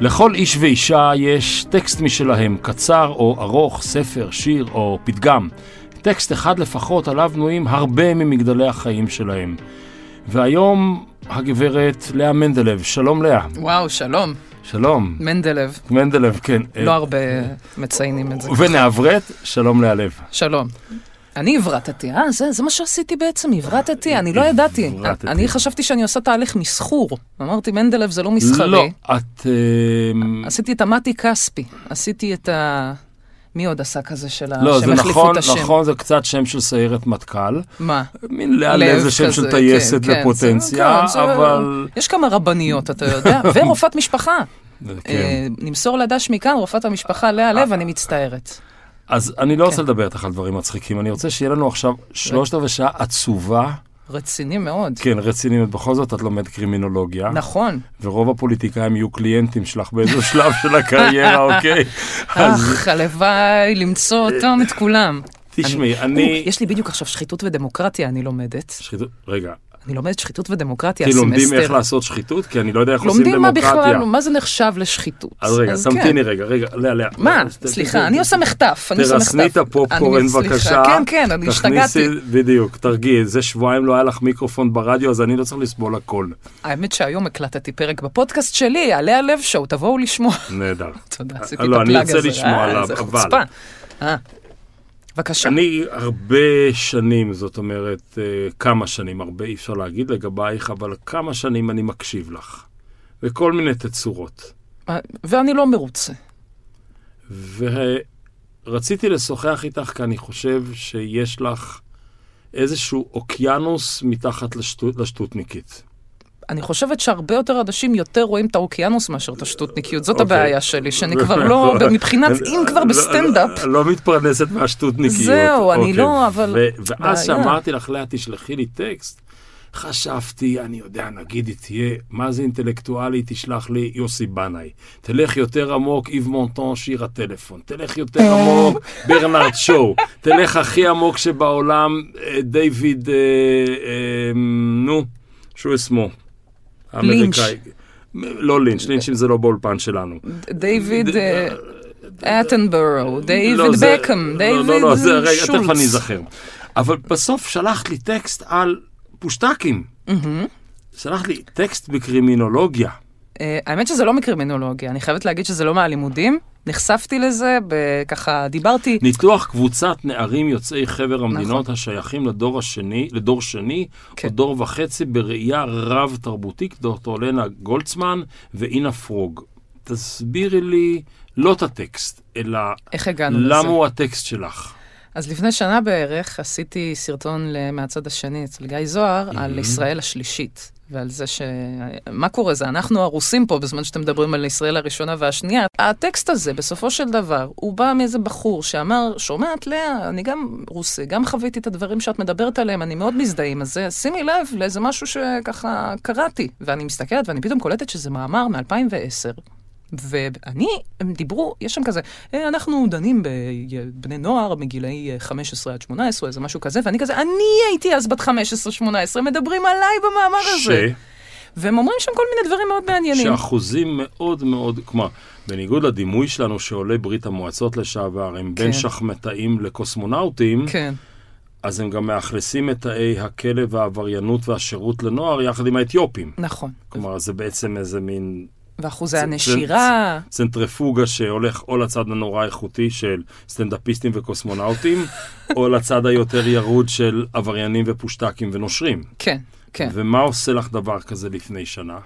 לכל איש ואישה יש טקסט משלהם, קצר או ארוך, ספר, שיר או פתגם. טקסט אחד לפחות עליו בנויים הרבה ממגדלי החיים שלהם. והיום הגברת לאה מנדלב, שלום לאה. וואו, שלום. שלום. מנדלב. מנדלב, כן. לא הרבה מציינים את זה. ונעברת, שלום לאה לב. שלום. אני הברטתי, אה, זה, זה מה שעשיתי בעצם, הברטתי, אני לא ידעתי. הברטתי. אני חשבתי שאני עושה תהליך מסחור. אמרתי, מנדלב זה לא מסחרי. לא, את... אה, עשיתי את המתי כספי, עשיתי את ה... מי עוד עשה כזה של ה... לא, זה שהם החליפו נכון, את השם? נכון, זה קצת שם של סיירת מטכ"ל. מה? מין לאה לב זה שם של כזה, טייסת כן, כן, ופוטנציה, זה- כן, זה- אבל... יש כמה רבניות, אתה יודע, ורופאת משפחה. כן. אה. אה, נמסור לדש מכאן, רופאת המשפחה לאה לב, אני מצטערת. אז אני לא רוצה כן. לדבר איתך על דברים מצחיקים, אני רוצה שיהיה לנו עכשיו שלושת רבעי שעה עצובה, רציני מאוד. כן, רציניות. בכל זאת, את לומדת קרימינולוגיה, נכון. ורוב הפוליטיקאים יהיו קליינטים שלך באיזשהו שלב של הקריירה, אוקיי? אז אך, הלוואי למצוא אותם את כולם. תשמעי, אני... יש לי בדיוק עכשיו שחיתות ודמוקרטיה, אני לומדת. שחיתות- רגע, אני לומדת שחיתות ודמוקרטיה, כי כאילו, לומדים איך הסמסטר. לעשות שחיתות? כי אני לא יודע איך עושים לומדים מה בכלל, דמוקרטיה. מה זה נחשב לשחיתות. אז רגע, כן. תמתיני רגע, רגע, לאה, לאה. מה? אז ת- ת- סליחה, אני עושה מחטף, אני עושה מחטף. תרסני את הפופקורן אני- סליחה, בבקשה. כן, כן, אני השתגעתי. תכניסי, בדיוק, תרגיעי, זה שבועיים לא היה לך מיקרופון ברדיו, אז אני לא צריך לסבול הכל. האמת שהיום הקלטתי פרק בפודקאסט שלי, עלי הלב שואו, תבואו לשמוע. נהדר. תודה, עשיתי לא, את הפלאג הזה. אני ארצה לשמוע אה, עליו, זה אבל- חוצפה. אה, בבקשה. אני הרבה שנים, זאת אומרת, אה, כמה שנים, הרבה אי אפשר להגיד לגבייך, אבל כמה שנים אני מקשיב לך. בכל מיני תצורות. אה, ואני לא מרוצה. ורציתי לשוחח איתך, כי אני חושב שיש לך איזשהו אוקיינוס מתחת לשטות, לשטותניקית. אני חושבת שהרבה יותר אנשים יותר רואים את האוקיינוס מאשר את השטותניקיות. זאת אוקיי. הבעיה שלי, שאני כבר לא, מבחינת, אם כבר לא- בסטנדאפ. לא- לא מתפרנסת מהשטותניקיות. זהו, אני אוקיי. לא, אבל- אה, ו- ואז בעיה. שאמרתי לך, לאה, תשלחי לי טקסט, חשבתי, אני יודע, נגיד היא תהיה, מה זה אינטלקטואלי, תשלח לי יוסי בנאי. תלך יותר עמוק, איב מונטון, שיר הטלפון. תלך יותר אה. עמוק, ברנרד שואו. תלך הכי עמוק שבעולם, אה, דיוויד, אה, אה, נו, שהוא שמו. לינץ'. האמריקאי. לא לינץ', לינצ'ים זה לא באולפן שלנו. דיוויד לא- ד- אה, אטנבורו, לא, דיוויד זה- בקאם, לא, לא, לא, דיוויד זה רגע, תכף אני שולץ. אזכר. אבל בסוף שלחת לי טקסט על פושטקים. מהמם. שלחת לי טקסט בקרימינולוגיה. אה, האמת שזה לא מקרימינולוגיה, אני חייבת להגיד שזה לא מהלימודים. נחשפתי לזה, ב- ככה דיברתי, ניתוח קבוצת נערים יוצאי חבר המדינות נכון. השייכים לדור השני, לדור שני, כן. או דור וחצי בראייה רב-תרבותית, דוקטור לנה גולדסמן ואינה פרוג. תסבירי לי, לא את הטקסט, אלא איך הגענו לזה. למה הוא הטקסט שלך. אז לפני שנה בערך עשיתי סרטון ל- מהצד השני אצל גיא זוהר על ישראל השלישית. ועל זה ש... מה קורה? זה אנחנו הרוסים פה בזמן שאתם מדברים על ישראל הראשונה והשנייה. הטקסט הזה, בסופו של דבר, הוא בא מאיזה בחור שאמר, שומעת, לאה, אני גם רוסי, גם חוויתי את הדברים שאת מדברת עליהם, אני מאוד מזדהה עם זה, שימי לב לאיזה משהו שככה קראתי. ואני מסתכלת ואני פתאום קולטת שזה מאמר מ-2010, ואני, הם דיברו, יש שם כזה, "אה, אנחנו דנים בבני נוער מגילאי אה, 15 עד 18, איזה משהו כזה, ואני כזה, אני הייתי אז בת 15-18, מדברים עליי במאמר הזה. והם אומרים שם כל מיני דברים מאוד מעניינים. שאחוזים מאוד מאוד, כלומר, בניגוד לדימוי שלנו שעולי ברית המועצות לשעבר, הם בין כן. שחמטאים לקוסמונאוטים, כן, אז הם גם מאכלסים את תאי הכלא והעבריינות והשירות לנוער יחד עם האתיופים. נכון. כלומר, זה בעצם איזה מין ואחוזי זה- הנשירה, צנטרפוגה שהולך או לצד הנורא איכותי של סטנדאפיסטים וקוסמונאוטים, או לצד היותר ירוד של עבריינים ופושטקים ונושרים. כן, כן. ומה עושה לך דבר כזה לפני שנה?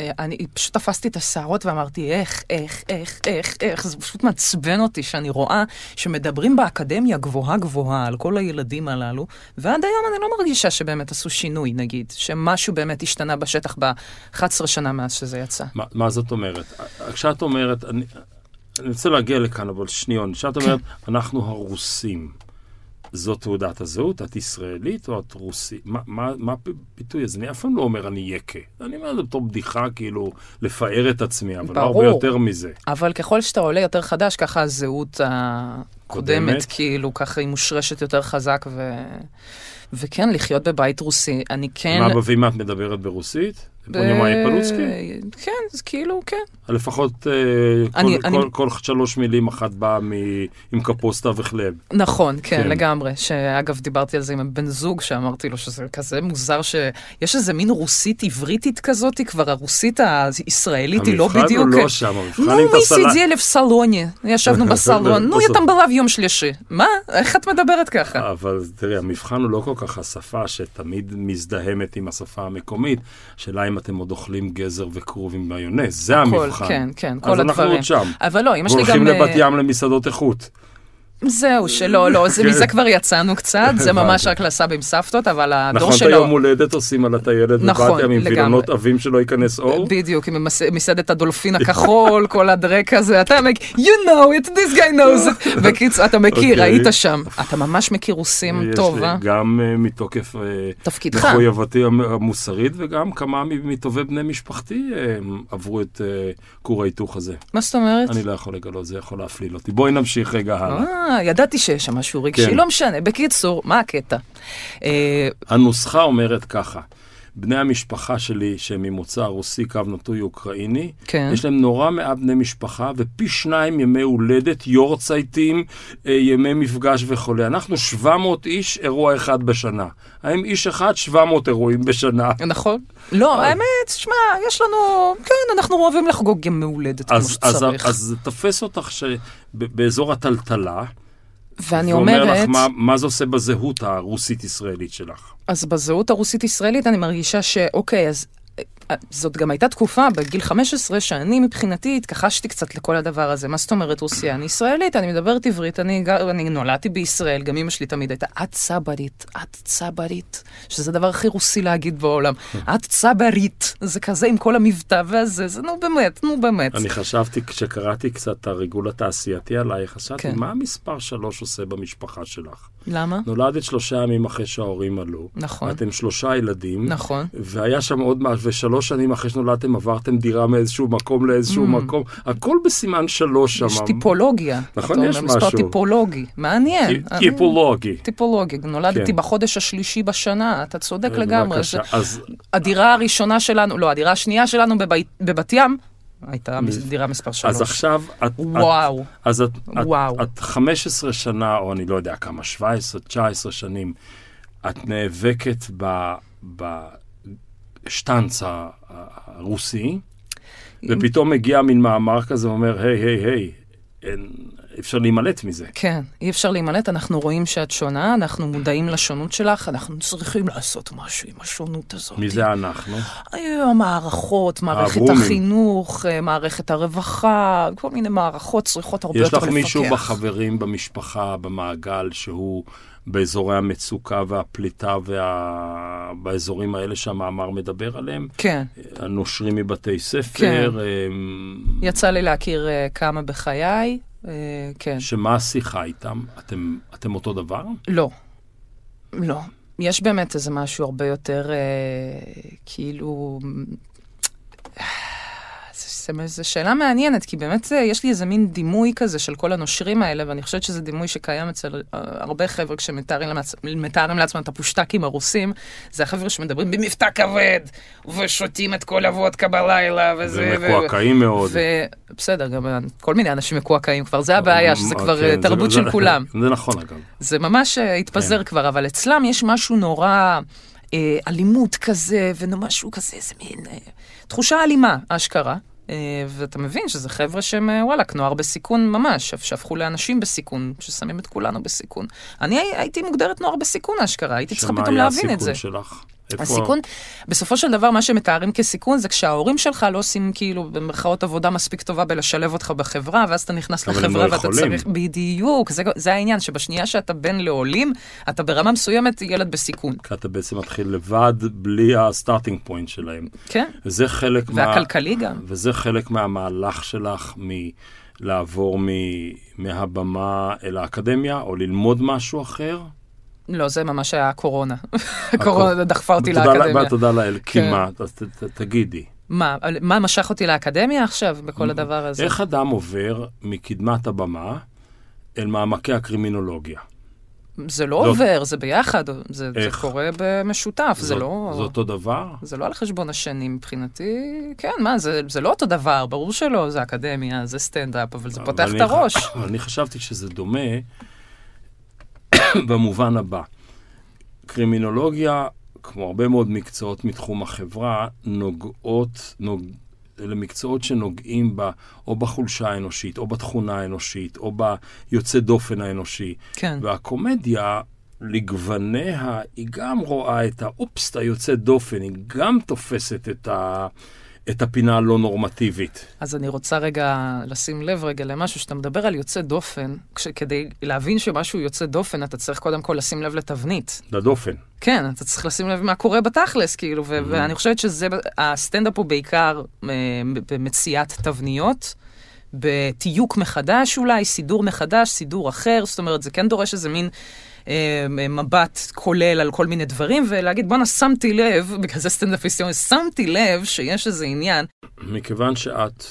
אה, אני פשוט תפסתי את השערות ואמרתי, איך, איך, איך, איך, איך, זה פשוט מעצבן אותי שאני רואה שמדברים באקדמיה גבוהה גבוהה על כל הילדים הללו, ועד היום אני לא מרגישה שבאמת עשו שינוי, נגיד, שמשהו באמת השתנה בשטח ב-11 שנה מאז שזה יצא. מה, מה זאת אומרת? כשאת אומרת, אני, אני רוצה להגיע לכאן, אבל שניון, כשאת אומרת, כן. אנחנו הרוסים, זו תעודת הזהות? את ישראלית או את רוסית? מה, מה, מה הביטוי הזה? אני אף פעם לא אומר אני יקה. אני אומר את זה בתור בדיחה, כאילו, לפאר את עצמי, אבל לא הרבה ברור. יותר מזה. אבל ככל שאתה עולה יותר חדש, ככה הזהות קודמת. הקודמת, כאילו, ככה היא מושרשת יותר חזק, ו... וכן, לחיות בבית רוסי, אני כן... מה, ואם את מדברת ברוסית? בנימאי פלוצקי? כן, זה כאילו, כן. לפחות אה, אני- כל- אני- כל- כל שלוש מילים אחת באה מ- עם קפוסטה וחלב. נכון, כן, כן. לגמרי. שאגב, דיברתי על זה עם הבן זוג, שאמרתי לו שזה כזה מוזר שיש איזה מין רוסית עבריתית כזאת, כבר הרוסית הישראלית היא לא המבחן הוא בדיוק... לא שם, המבחן Ну, עם мы הסלט. сидели в салоне, ישבנו בסלון, ну, я там была в יום שלישי. מה? איך את מדברת ככה? אבל תראי, המבחן הוא לא כל כך השפה שתמיד מזדהמת עם השפה המקומית. השאלה אם אתם עוד אוכלים גזר וכרוב עם מיונז, זה כל, המבחן. כן, כן, כל אז אנחנו הדברים. עוד שם. אבל לא, אמא שלי גם... והולכים לבת אה, ים למסעדות איכות. זהו, שלא, לא, זה- כן. מזה כבר יצאנו קצת, זה הבנתי. ממש רק לסבים סבתות, אבל הדור נכון, את היום שלו... הולדת עושים על הטיילת נכון, בבת ים עם לגמרי. וילונות עבים שלא ייכנס אור. בדיוק, עם המס- מסעדת הדולפין הכחול, כל הדרק הזה, אתה מק... you know it, this guy knows it. בקיצור, אתה מכיר, אוקיי. היית שם. אתה ממש מכיר רוסים יש טוב, לי אה? גם אה, מתוקף אה, תפקידך. מחויבותי המ- המוסרית, וגם כמה מ- מטובי בני משפחתי אה, עברו את אה, כור ההיתוך הזה. מה זאת אומרת? אני לא יכול לגלות, זה יכול להפליל אותי. בואי נמשיך רגע הלאה. אה, ידעתי שיש שם משהו רגשי, כן. לא משנה. בקיצור, מה הקטע? אה, הנוסחה אומרת ככה, בני המשפחה שלי, שהם ממוצא רוסי, קו נטוי אוקראיני, כן. יש להם נורא מעט בני משפחה, ופי שניים ימי הולדת, יורצייטים, אה, ימי מפגש וכולי. אנחנו 700 איש, אירוע אחד בשנה. האם איש אחד, 700 אירועים בשנה. נכון. לא, האמת, שמע, יש לנו, כן, אנחנו אוהבים לחגוג יום מהולדת כמו אז, אז, שצריך. אז תופס אותך ש... ב- באזור הטלטלה, ואני ואומר אומרת, לך מה, מה זה עושה בזהות הרוסית-ישראלית שלך. אז בזהות הרוסית-ישראלית אני מרגישה שאוקיי, אז... אה, זאת גם הייתה תקופה בגיל 15 שאני מבחינתי התכחשתי קצת לכל הדבר הזה. מה זאת אומרת רוסיה? אני ישראלית, אני מדברת עברית, אני, גר- אני נולדתי בישראל, גם אמא שלי תמיד הייתה את צברית, את צברית, שזה הדבר הכי רוסי להגיד בעולם. את צברית, זה כזה עם כל המבטא והזה, זה נו באמת, נו באמת. אני חשבתי, כשקראתי קצת את הריגול התעשייתי עלייך, חשבתי, כן. מה המספר שלוש עושה במשפחה שלך? למה? נולדת שלושה ימים אחרי שההורים עלו. נכון. אתם שלושה ילדים. נכון. והיה שם עוד מה, ושלוש שנים אחרי שנולדתם עברתם דירה מאיזשהו מקום לאיזשהו מקום. הכל בסימן שלוש שם. Mm. יש טיפולוגיה. אמ, נכון, אתה יש אומר, מספר משהו. טיפולוגי, מעניין. טי- טיפולוגי. טיפולוגי, נולדתי כן. אה, בחודש השלישי בשנה, אתה צודק לגמרי. בבקשה. אז זה- הדירה הראשונה שלנו, לא, הדירה השנייה שלנו בבית- בבת ים, הייתה מס- דירה מספר אז שלוש. עכשיו את... וואו. את- אז את, את, וואו. את 15 שנה, או אני לא יודע כמה, 17, 19 שנים, את נאבקת ב- בשטנץ ה- הרוסי, ופתאום מגיע מין מאמר כזה ואומר, היי, היי, היי, אין- אפשר להימלט מזה. כן, אי אפשר להימלט, אנחנו רואים שאת שונה, אנחנו מודעים לשונות שלך, אנחנו צריכים לעשות משהו עם השונות הזאת. מי זה אנחנו? היו המערכות, מערכת הברומים. החינוך, אה, מערכת הרווחה, כל מיני מערכות צריכות הרבה יש יותר לך לפקח. מישהו בחברים, במשפחה, במעגל, שהוא באזורי המצוקה והפליטה, וה... באזורים האלה שהמאמר מדבר עליהם? כן. הנושרים מבתי ספר, אמ, יצא לי להכיר אה, כמה בחיי, אה, כן. שמה השיחה איתם? אתם, אתם אותו דבר? לא. לא. יש באמת איזה משהו הרבה יותר, אה, כאילו... זה- זה- זו שאלה מעניינת, כי באמת אה, יש לי איזה מין דימוי כזה של כל הנושרים האלה, ואני חושבת שזה דימוי שקיים אצל אה, הרבה חבר'ה כשמתארים לעצ- מתארים לעצמם את הפושטקים הרוסים, זה החבר'ה שמדברים במבטא כבד, ושותים את כל הוודקה בלילה, וזה... זה ו- מקועקעים מאוד. ובסדר, גם כל מיני אנשים מקועקעים כבר, זה הבעיה, שזה כבר כן, אה, זה- תרבות זה- של כולם. זה נכון אגב. זה ממש אה, כן. התפזר כבר, אבל אצלם יש משהו נורא אה, אלימות כזה, ומשהו כזה, איזה מין אה, תחושה אלימה, אשכרה. אה, ואתה מבין שזה חבר'ה שהם, אה, וואלכ, נוער בסיכון ממש, שהפכו לאנשים בסיכון, ששמים את כולנו בסיכון. אני הי- הייתי מוגדרת נוער בסיכון, אשכרה, הייתי צריכה שמה פתאום היה להבין את זה. הסיכון שלך? איפה- הסיכון, בסופו של דבר, מה שמתארים כסיכון זה כשההורים שלך לא עושים כאילו במרכאות עבודה מספיק טובה בלשלב אותך בחברה, ואז אתה נכנס אבל הם לחברה לא ואתה יכולים. צריך... בדיוק, זה, זה העניין, שבשנייה שאתה בן לעולים, אתה ברמה מסוימת ילד בסיכון, כי אתה בעצם מתחיל לבד, בלי הסטארטינג פוינט שלהם. כן? וזה חלק מה... והכלכלי גם. וזה חלק מהמהלך שלך מלעבור מ... מהבמה אל האקדמיה, או ללמוד משהו אחר. לא, זה ממש היה הקורונה. הקורונה דחפה אותי ותודה ל- לאקדמיה. ותודה לאל, כן. כמעט. אז ת- ת- תגידי. מה, מה משך אותי לאקדמיה עכשיו, בכל הדבר הזה? איך אדם עובר מקדמת הבמה אל מעמקי הקרימינולוגיה? זה לא לא. עובר, זה ביחד, זה, זה איך? קורה במשותף, זה זאת- לא... זה אותו דבר? זה לא על חשבון השנים מבחינתי, כן, מה, זה, זה לא אותו דבר, ברור שלא, זה אקדמיה, זה סטנדאפ, אבל זה אבל פותח את אני ח- הראש. אבל אני חשבתי שזה דומה במובן הבא. קרימינולוגיה, כמו הרבה מאוד מקצועות מתחום החברה, נוגעות, נוג... אלה מקצועות שנוגעים בה או בחולשה האנושית, או בתכונה האנושית, או ביוצא דופן האנושי. כן, לא. והקומדיה, לגווניה, היא גם רואה את האופסט היוצא דופן, היא גם תופסת את, ה... את הפינה הלא נורמטיבית. אז אני רוצה רגע לשים לב רגע למשהו, שאתה מדבר על יוצא דופן, כדי להבין שמשהו יוצא דופן, אתה צריך קודם כל לשים לב לתבנית. לדופן. כן, אתה צריך לשים לב מה קורה בתכלס, כאילו, ו- ואני חושבת שזה, הסטנדאפ הוא בעיקר אה, במציאת תבניות, בתיוק מחדש אולי, סידור מחדש, סידור אחר, זאת אומרת, זה כן דורש איזה מין אה, מבט כולל על כל מיני דברים, ולהגיד, בואנה, שמתי לב, בגלל זה סטנדאפיסט אומר, שמתי לב שיש איזה עניין. מכיוון שאת,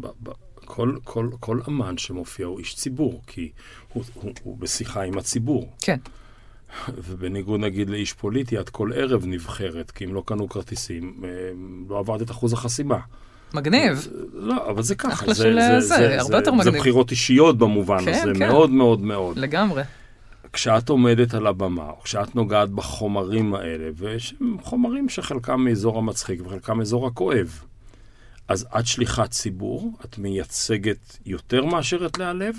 ב, ב, כל, כל, כל אמן שמופיע הוא איש ציבור, כי הוא, הוא, הוא בשיחה עם הציבור. כן. ובניגוד נגיד לאיש פוליטי, את כל ערב נבחרת, כי אם לא קנו כרטיסים, אה, לא עברת את אחוז החסימה. מגניב. לא, אבל זה ככה. אחלה של זה, הרבה יותר זה מגניב. בחירות אישיות במובן כן, הזה, כן. מאוד מאוד מאוד. לגמרי. כשאת עומדת על הבמה, או כשאת נוגעת בחומרים האלה, ושהם חומרים שחלקם מאזור המצחיק וחלקם מאזור הכואב, אז את שליחת ציבור, את מייצגת יותר מאשר את להלב?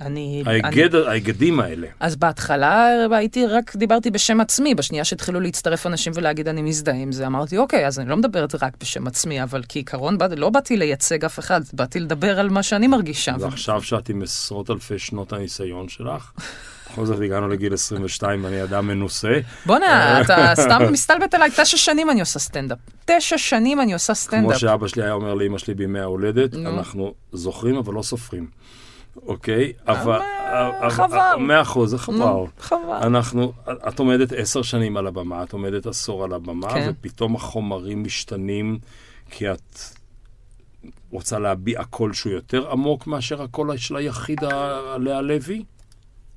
אני... אני- ההיגד, ההיגדים האלה. אז בהתחלה אה, הייתי רק, דיברתי בשם עצמי, בשנייה שהתחילו להצטרף אנשים ולהגיד אני מזדהה עם זה, אמרתי אוקיי, אז אני לא מדברת רק בשם עצמי, אבל כעיקרון בא- לא באתי לייצג אף אחד, באתי לדבר על מה שאני מרגישה. ועכשיו שאת עם עשרות אלפי שנות הניסיון שלך, בכל זאת הגענו לגיל 22 ואני אדם מנוסה, בואנה, אתה סתם מסתלבט עליי, תשע שנים אני עושה סטנדאפ. תשע שנים אני עושה כמו סטנדאפ. שאבא שלי היה אומר לאמא שלי בימי ההולדת, נו. אנחנו זוכרים אבל לא סופרים, אוקיי? אבל... אה, אה, חבל. מאה אחוז, זה חבל. נו, חבל. אנחנו, את עומדת עשר שנים על הבמה, את עומדת עשור על הבמה, כן. כן. ופתאום החומרים משתנים כי את רוצה להביע קול שהוא יותר עמוק מאשר הקול של היחיד ה- לאה לוי?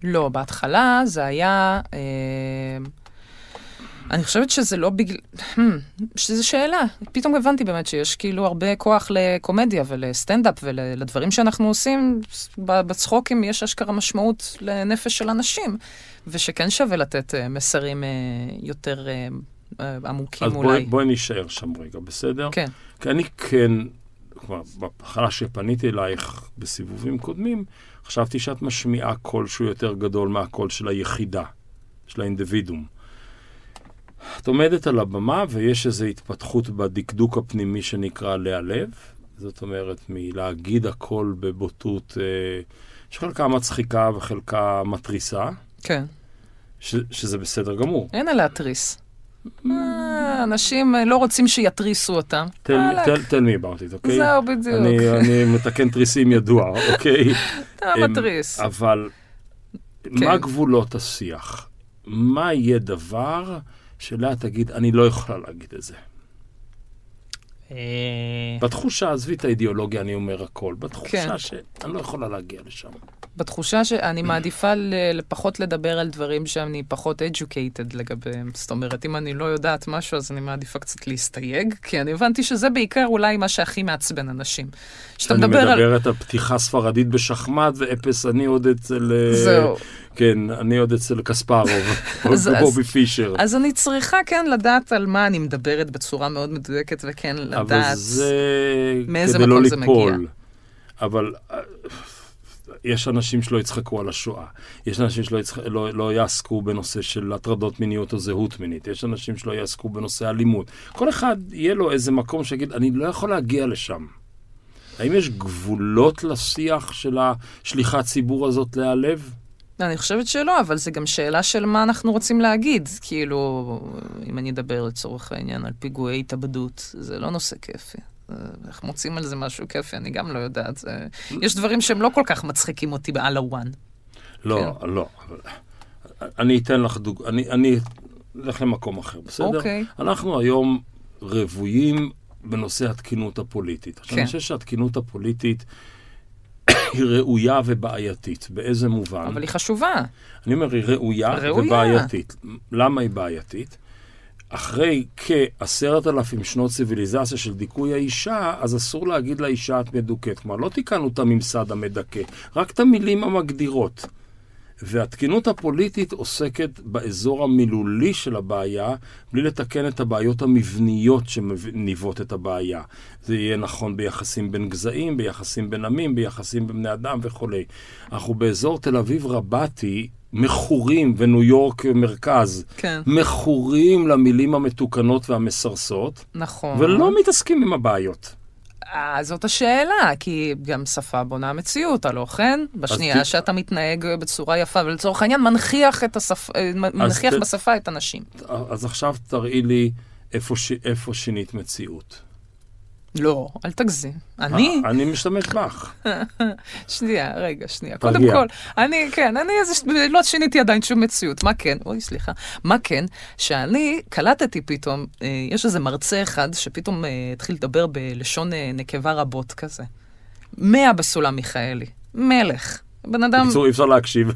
לא, בהתחלה זה היה... אה, אני חושבת שזה לא בגלל... הם, שזו שאלה. פתאום הבנתי באמת שיש כאילו הרבה כוח לקומדיה ולסטנדאפ ולדברים שאנחנו עושים. ב- בצחוקים יש אשכרה משמעות לנפש של אנשים, ושכן שווה לתת אה, מסרים אה, יותר אה, אה, עמוקים אז אולי. בואי, בואי נישאר שם רגע, בסדר? כן. כי אני כן, כבר בהתחלה שפניתי אלייך בסיבובים קודמים, חשבתי שאת משמיעה קול שהוא יותר גדול מהקול של היחידה, של האינדיבידום. את עומדת על הבמה ויש איזו התפתחות בדקדוק הפנימי שנקרא לאה לב, זאת אומרת, מלהגיד הכל בבוטות, אה, שחלקה מצחיקה וחלקה מתריסה, כן. ש, שזה בסדר גמור. אין על להתריס. אה, אנשים אה, לא רוצים שיתריסו אותם. תן וואלכ, מי about it, אוקיי? אה, זהו, בדיוק. אני, אני מתקן תריסים ידוע, אוקיי? אתה אמ, מתריס. אבל כן. מה גבולות השיח? מה יהיה דבר שלה תגיד, אני לא יכולה להגיד את זה? כן. אה, בתחושה, עזבי את האידיאולוגיה, אני אומר הכל. כן. בתחושה שאני לא יכולה להגיע לשם. בתחושה שאני מעדיפה ל- פחות לדבר על דברים שאני פחות educated לגביהם. זאת אומרת, אם אני לא יודעת משהו, אז אני מעדיפה קצת להסתייג, כי אני הבנתי שזה בעיקר אולי מה שהכי מעצבן אנשים. כשאתה אני מדבר על... מדברת על פתיחה ספרדית בשחמט, ואפס, אני עוד אצל... אה, זהו. כן, אני עוד אצל קספרוב, או אז- אז- בובי פישר. אז אני צריכה כן לדעת על מה אני מדברת בצורה מאוד מדויקת, וכן אבל לדעת... זה מאיזה כדי לא מקום זה ליפול. מגיע. אבל אה, יש אנשים שלא יצחקו על השואה. יש אנשים שלא יצח... לא, לא יעסקו בנושא של הטרדות מיניות או זהות מינית. יש אנשים שלא יעסקו בנושא אלימות. כל אחד יהיה לו איזה מקום שיגיד, אני לא יכול להגיע לשם. האם יש גבולות לשיח של השליחת ציבור הזאת להיעלב? אני חושבת שלא, אבל זה גם שאלה של מה אנחנו רוצים להגיד. כאילו, אם אני אדבר לצורך העניין על פיגועי התאבדות, זה לא נושא כיפי. אה, איך מוצאים על זה משהו כיפי, אני גם לא יודעת. זה- יש דברים שהם לא כל כך מצחיקים אותי על הוואן. לא, כן. לא. אבל- אני אתן לך דוג... אני, אני אלך למקום אחר, בסדר? אוקיי. אנחנו היום רוויים בנושא התקינות הפוליטית. עכשיו, כן. אני חושב שהתקינות הפוליטית היא ראויה ובעייתית. באיזה מובן? אבל היא חשובה. אני אומר, היא ראויה, ראויה. ובעייתית. למה היא בעייתית? אחרי כעשרת אלפים שנות ציוויליזציה של דיכוי האישה, אז אסור להגיד לאישה את מדוכאת. כלומר, לא תיקנו את הממסד המדכא, רק את המילים המגדירות. והתקינות הפוליטית עוסקת באזור המילולי של הבעיה, בלי לתקן את הבעיות המבניות שניבות את הבעיה. זה יהיה נכון ביחסים בין גזעים, ביחסים בין עמים, ביחסים בין בני אדם וכולי. אנחנו באזור תל אביב רבתי, מכורים, וניו יורק מרכז, כן. מכורים למילים המתוקנות והמסרסות, נכון. ולא מתעסקים עם הבעיות. אה, זאת השאלה, כי גם שפה בונה מציאות, הלא כן? בשנייה ת- שאתה מתנהג בצורה יפה, ולצורך העניין מנכיח, את השפ... אה, מ- מנכיח ת- בשפה את הנשים. אז עכשיו תראי לי איפה, ש... איפה שינית מציאות. לא, אל תגזים. אני? אה, אני משתמש בך. שנייה, רגע, שנייה. תרגיע. קודם כל, אני, כן, אני איזה, ש- לא שיניתי עדיין שום מציאות. מה כן? אוי, סליחה. מה כן? שאני קלטתי פתאום, אה, יש איזה מרצה אחד שפתאום אה, התחיל לדבר בלשון אה, נקבה רבות כזה. מאה בסולם מיכאלי. מלך. בן אדם... בקיצור, אי אפשר להקשיב.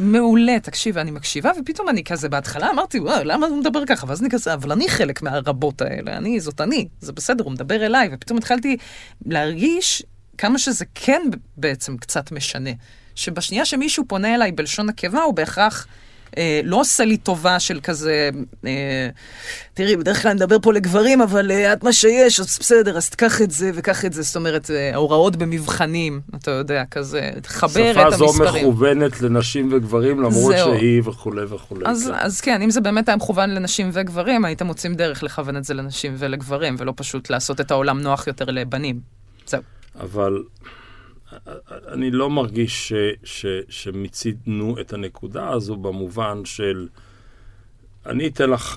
מעולה, תקשיב, אני מקשיבה, ופתאום אני כזה, בהתחלה אמרתי, וואו, למה הוא מדבר ככה? ואז אני כזה, אבל אני חלק מהרבות האלה, אני, זאת אני, זה בסדר, הוא מדבר אליי, ופתאום התחלתי להרגיש כמה שזה כן בעצם קצת משנה. שבשנייה שמישהו פונה אליי בלשון נקבה, הוא בהכרח... אה, לא עושה לי טובה של כזה, אה, תראי, בדרך כלל אני מדבר פה לגברים, אבל אה, את מה שיש, אז בסדר, אז תקח את זה וקח את זה. זאת אומרת, אה, ההוראות במבחנים, אתה יודע, כזה, תחבר שפה את זו המספרים. מכוונת לנשים וגברים, למרות זהו. שהיא וכולי וכולי. אז, כן. אז כן, אם זה באמת היה מכוון לנשים וגברים, הייתם מוצאים דרך לכוון את זה לנשים ולגברים, ולא פשוט לעשות את העולם נוח יותר לבנים. זהו. אבל אני לא מרגיש ש, ש, שמיצינו את הנקודה הזו במובן של... אני אתן לך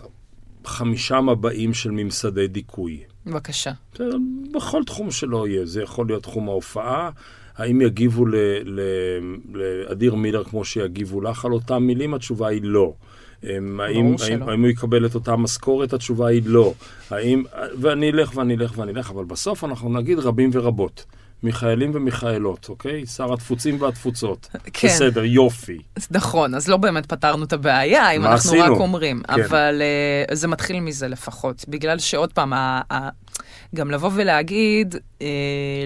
חמישה מבעים של ממסדי דיכוי. בבקשה. בסדר, בכל תחום שלא יהיה, זה יכול להיות תחום ההופעה. האם יגיבו ל- ל- לאדיר מילר כמו שיגיבו לך על אותם מילים? התשובה היא לא. הם, האם, האם, שלא. האם הוא יקבל את אותה משכורת? התשובה היא לא. האם, ואני אלך ואני אלך ואני אלך, אבל בסוף אנחנו נגיד רבים ורבות. מיכאלים ומיכאלות, אוקיי? שר התפוצים והתפוצות. כן. בסדר, יופי. אז נכון, אז לא באמת פתרנו את הבעיה, אם מה אנחנו עשינו? רק אומרים. כן. אבל אה, זה מתחיל מזה לפחות. בגלל שעוד פעם, ה- ה- גם לבוא ולהגיד, אה,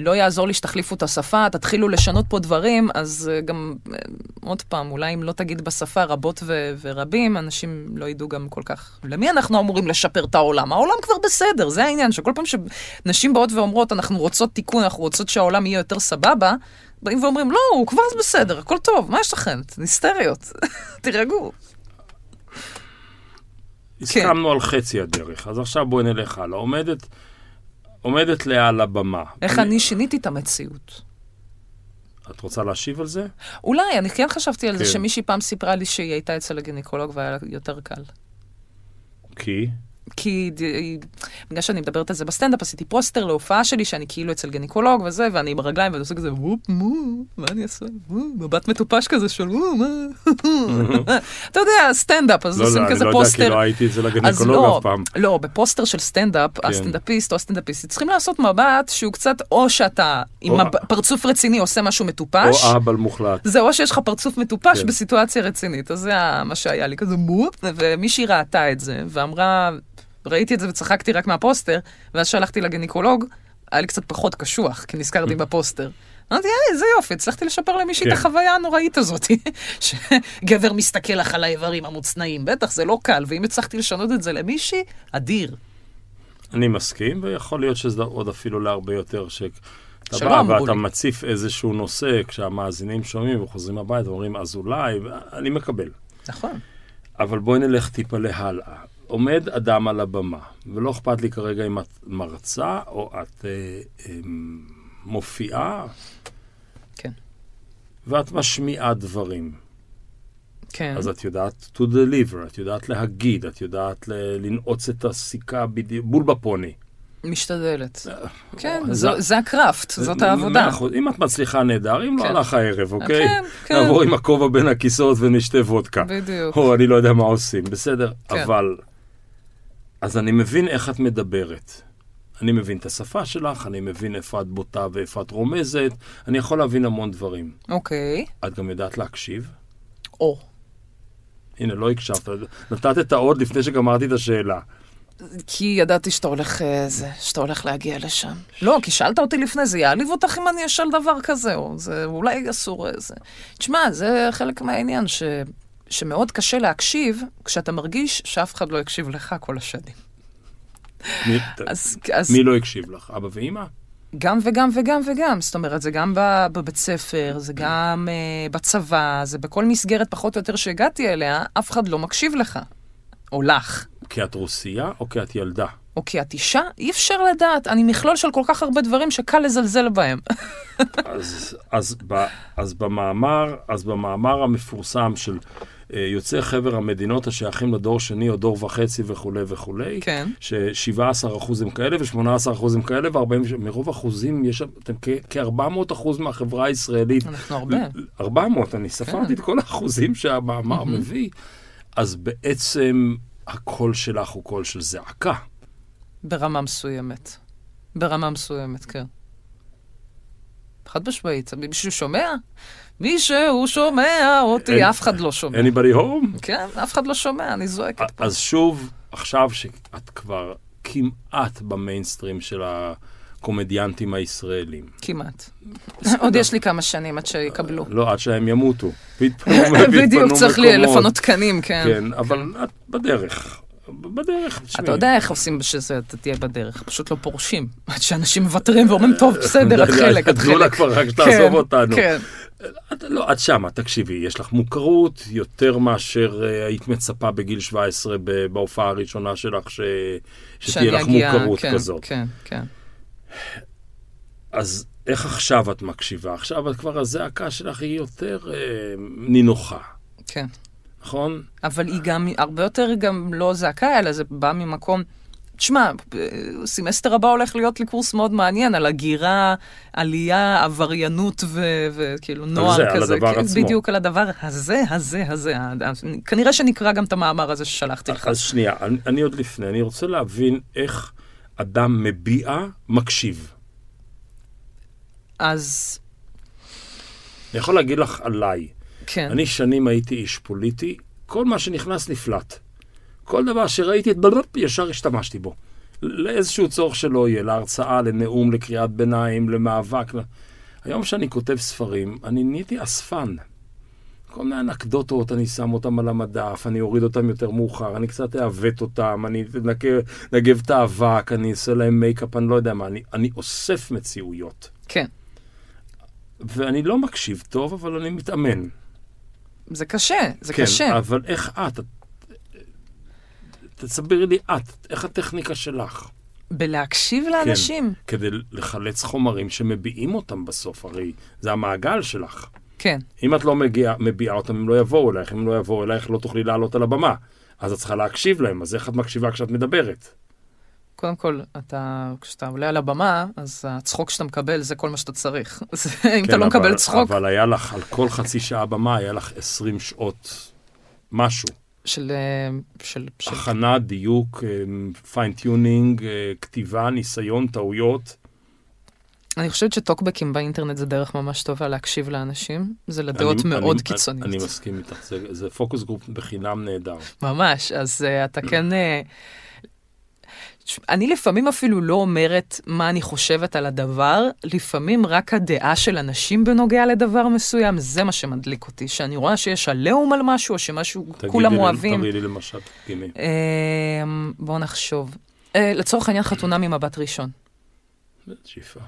לא יעזור לי שתחליפו את השפה, תתחילו לשנות פה דברים, אז אה, גם, אה, עוד פעם, אולי אם לא תגיד בשפה רבות ו- ורבים, אנשים לא ידעו גם כל כך למי אנחנו אמורים לשפר את העולם. העולם כבר בסדר, זה העניין, שכל פעם שנשים באות ואומרות, אנחנו רוצות תיקון, אנחנו רוצות שהעולם יהיה יותר סבבה, באים ואומרים, לא, הוא כבר בסדר, הכל טוב, מה יש לכם? אתן היסטריות, תירגעו. הסכמנו על חצי הדרך, אז עכשיו בואי נלך הלאה. עומדת, עומדת לאה על הבמה. איך אני שיניתי את המציאות. את רוצה להשיב על זה? אולי, אני כן חשבתי על זה כן. שמישהי פעם סיפרה לי שהיא הייתה אצל הגינקולוג והיה לה יותר קל. כי? כי ד- היא- בגלל שאני מדברת על זה בסטנדאפ, עשיתי פוסטר להופעה שלי שאני כאילו אצל גניקולוג וזה, ואני עם הרגליים ואני עושה כזה וופ מו, מה אני אעשה? מו, מבט מטופש כזה של מו, מה? אתה יודע, סטנדאפ, אז לא, עושים לא, אני כזה לא יודע, פוסטר. כי לא הייתי אצל אז הגניקולוג לא, אף פעם. כן. לא, בפוסטר של סטנדאפ, הסטנדאפיסט או הסטנדאפיסטית צריכים לעשות מבט שהוא קצת, או שאתה עם או- מב- פרצוף רציני עושה משהו מטופש, או אהבל מוחלט. זה או שיש לך פרצוף מטופש כן. בסיטואציה רצינית, אז זה ה- מה שהיה לי, כזה מופ, ומישהי ראתה את זה, ואמרה, ראיתי את זה וצחקתי רק מהפוסטר, ואז שהלכתי לגניקולוג, היה לי קצת פחות קשוח, כי נזכרתי בפוסטר. אמרתי, היי, איזה יופי, הצלחתי לשפר למישהי את Mm. כן. החוויה הנוראית הזאת, שגבר מסתכל לך על האיברים המוצנעים, בטח, זה לא קל, ואם הצלחתי לשנות את זה למישהי, אדיר. אני מסכים, ויכול להיות שזה עוד אפילו להרבה יותר ש... אתה שלא בא אמרו ואתה לי. מציף איזשהו נושא, כשהמאזינים שומעים וחוזרים הביתה, אומרים, אז אולי, אני מקבל. נכון. אבל בואי נלך טיפה להלאה. עומד אדם על הבמה, ולא אכפת לי כרגע אם את מרצה או את אה, אה, מופיעה. כן. ואת משמיעה דברים. כן. אז את יודעת to deliver, את יודעת להגיד, את יודעת ל- לנעוץ את הסיכה בדיוק, בול בפוני. משתדלת. כן, אה, זה- נכון. זו- זה הקראפט, זאת העבודה. מאה אחוז. אם את מצליחה נהדר, אם לא כן. הלך הערב, אוקיי? כן, כן. נעבור עם הכובע בין הכיסאות ונשתה וודקה. בדיוק. או אני לא יודע מה עושים, בסדר? כן. אבל... אז אני מבין איך את מדברת. אני מבין את השפה שלך, אני מבין איפה את בוטה ואיפה את רומזת, אני יכול להבין המון דברים. אוקיי. את גם יודעת להקשיב? או. הנה, לא הקשבת, נתת את העוד לפני שגמרתי את השאלה. כי ידעתי שאתה הולך, אה, זה, שאתה הולך להגיע לשם. לא, כי שאלת אותי לפני, זה יעליב אותך אם אני אשאל דבר כזה, או זה אולי אסור אה, זה. תשמע, זה חלק מהעניין, ש, שמאוד קשה להקשיב כשאתה מרגיש שאף אחד לא הקשיב לך כל השנים. מי, אז, אז מי לא הקשיב לך? אבא ואימא? גם וגם וגם וגם, זאת אומרת, זה גם ב- בבית ספר, זה גם אה, בצבא, זה בכל מסגרת פחות או יותר שהגעתי אליה, אף אחד לא מקשיב לך, או לך. כי את רוסייה או כי את ילדה? או כי את אישה, אי אפשר לדעת. אני מכלול של כל כך הרבה דברים שקל לזלזל בהם. אז, אז, ב, אז, במאמר, אז במאמר המפורסם של אה, יוצאי חבר המדינות השייכים לדור שני או דור וחצי וכולי וכולי, כן. ש-17% הם כאלה ו-18% הם כאלה, ו-40, מרוב אחוזים יש, אתם כ- כ-400% מהחברה הישראלית. אנחנו הרבה. 400, אני ספרתי כן. את כל האחוזים שהמאמר מביא. אז בעצם הקול שלך הוא קול של זעקה. ברמה מסוימת. ברמה מסוימת, כן. חד משמעית. מישהו שומע? מישהו שומע אין- אה- אותי, אף אחד לא שומע. anybody home? כן, אף אחד לא שומע, אני זועקת. אז שוב, עכשיו שאת כבר כמעט במיינסטרים של הקומדיאנטים הישראלים. כמעט. עוד יש לי כמה שנים עד שיקבלו. לא, עד שהם ימותו. ויתפנו- בדיוק, ויתפנו צריך לי מקומות. לפנות תקנים, כן. כן, אבל את בדרך. בדרך, תשמעי. אתה יודע איך עושים שזה, אתה תהיה בדרך, פשוט לא פורשים. עד שאנשים מוותרים ואומרים, טוב, בסדר, עד חלק, עד תנו לה חלק. כבר, רק כן, שתעזוב אותנו. כן. את, לא, את שמה, תקשיבי, יש לך מוכרות יותר מאשר אה, היית מצפה בגיל 17 ב- בהופעה הראשונה שלך, ש, שתהיה שאני לך אגיע, מוכרות כן, כזאת. כן, כן. אז איך עכשיו את מקשיבה? עכשיו את כבר, הזעקה שלך היא יותר אה, נינוחה, כן. נכון? אבל היא גם, הרבה יותר גם לא זעקה, אלא זה בא ממקום... תשמע, סמסטר הבא הולך להיות לי קורס מאוד מעניין על הגירה, עלייה, עבריינות ו- וכאילו נוער זה, על כזה. הדבר כן, עצמו. בדיוק, על הדבר הזה, הזה, הזה. ה- ה- כנראה שנקרא גם את המאמר הזה ששלחתי לך. אז שנייה, אני, אני עוד לפני, אני רוצה להבין איך אדם מביע, מקשיב. אז אני יכול להגיד לך עליי, כן, אני שנים הייתי איש פוליטי, כל מה שנכנס נפלט. כל דבר שראיתי, בלופ, ישר השתמשתי בו. לאיזשהו צורך שלא יהיה, להרצאה, לנאום, לקריאת ביניים, למאבק. ל- היום שאני כותב ספרים, אני נהייתי אספן. כל מיני אנקדוטות, אני שם אותם על המדף, אני אוריד אותם יותר מאוחר, אני קצת אעוות אותם, אני נגב, נגב את האבק, אני אעשה להם מייקאפ, אני לא יודע מה, אני, אני אוסף מציאויות. כן. ואני לא מקשיב טוב, אבל אני מתאמן. זה קשה, זה כן, קשה. אבל איך את? את- תסבירי לי את, איך הטכניקה שלך? בלהקשיב לאנשים, כדי לחלץ חומרים שמביעים אותם בסוף, הרי זה המעגל שלך. כן. אם את לא מגיע, מביעה אותם, הם לא יבואו אלייך, אם הם לא יבואו אלייך, לא תוכלי לעלות על הבמה. אז את צריכה להקשיב להם, אז איך את מקשיבה כשאת מדברת? קודם כל, אתה, כשאתה עולה על הבמה, אז הצחוק שאתה מקבל זה כל מה שאתה צריך. זה- אם אתה כן, לא אבל- מקבל צחוק אבל היה לך, על כל חצי שעה במה, היה לך 20 שעות משהו. של... אה, של... של- הכנה, דיוק, אה, פיינטיונינג, אה, כתיבה, ניסיון, טעויות. אני חושבת שטוקבקים באינטרנט זה דרך ממש טובה להקשיב לאנשים. זה לדעות מאוד אני קיצוניות. מסכים איתך, זה, זה פוקוס גרופ בחינם נהדר. ממש, אז אה, אתה Mm. כן... אה, ש- אני לפעמים אפילו לא אומרת מה אני חושבת על הדבר, לפעמים רק הדעה של אנשים בנוגע לדבר מסוים, זה מה שמדליק אותי, שאני רואה שיש עליהום על משהו, או שמשהו, תגידי כולם לי- אוהבים. תראי לי למשל, הנה. אמ, בואו נחשוב. אה, לצורך העניין חתונה ממבט ראשון. ג'יפה.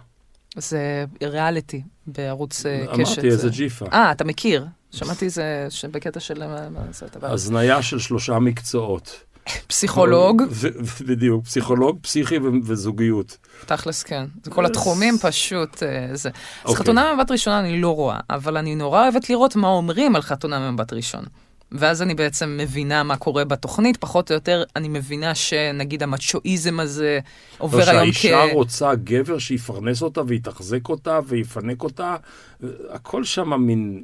זה ריאליטי בערוץ אה, קשת. אמרתי איזה זה- ג'יפה. אה, אתה מכיר. שמעתי זה שבקטע של אה, מה זה הדבר הזה. הזניה של שלושה מקצועות. פסיכולוג, ו- ו- בדיוק, פסיכולוג, פסיכי ו- וזוגיות. תכלס כן. זה כל התחומים פשוט אה, זה. אז אוקיי. חתונה ממבט ראשונה אני לא רואה, אבל אני נורא אוהבת לראות מה אומרים על חתונה ממבט ראשון. ואז אני בעצם מבינה מה קורה בתוכנית, פחות או יותר אני מבינה שנגיד המצ'ואיזם הזה לא עובר היום כ... שהאישה רוצה גבר שיפרנס אותה ויתחזק אותה ויפנק אותה. הכל שם מין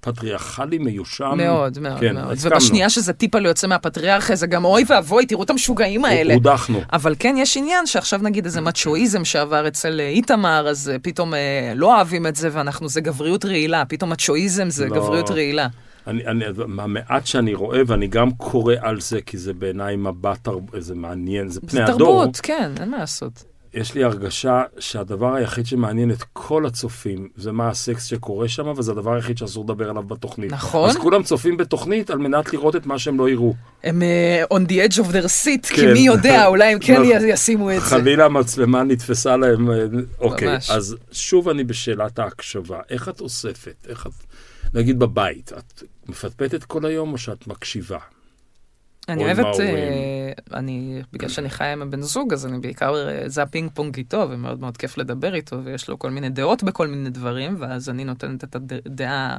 פטריארכלי מיושן. מאוד, מאוד, כן, מאוד. הסכמנו. ובשנייה שזה טיפה לא יוצא מהפטריארכיה, זה גם אוי ואבוי, תראו את המשוגעים האלה. הודחנו. אבל כן, יש עניין שעכשיו נגיד איזה מצ'ואיזם שעבר אצל אה, איתמר, אז אה, פתאום אה, לא אוהבים את זה, ואנחנו, זה גבריות רעילה. פתאום מצ'ואיזם זה לא. גבריות רעילה. אני, אני, מהמעט שאני רואה, ואני גם קורא על זה, כי זה בעיניי מבט, תרב- זה מעניין, זה זה פני הדור. תרבות, כן, אין מה לעשות. יש לי הרגשה שהדבר היחיד שמעניין את כל הצופים זה מה הסקס שקורה שם, וזה הדבר היחיד שאסור לדבר עליו בתוכנית. נכון. אז כולם צופים בתוכנית על מנת לראות את מה שהם לא יראו. הם אה, on the edge of their seat, כי כן. מי יודע, אולי הם כן נכון. ישימו את זה. חלילה המצלמה נתפסה להם, אה, אוקיי. ממש. אז שוב אני בשאלת ההקשבה. איך את אוספת? איך את, נגיד בבית, את מפטפטת כל היום או שאת מקשיבה? אני או עם אוהבת, ההורים. אה, אני, בגלל שאני חיה עם הבן זוג, אז אני בעיקר, אה, זה הפינג פונג איתו, ומאוד מאוד כיף לדבר איתו, ויש לו כל מיני דעות בכל מיני דברים, ואז אני נותנת את הדעה,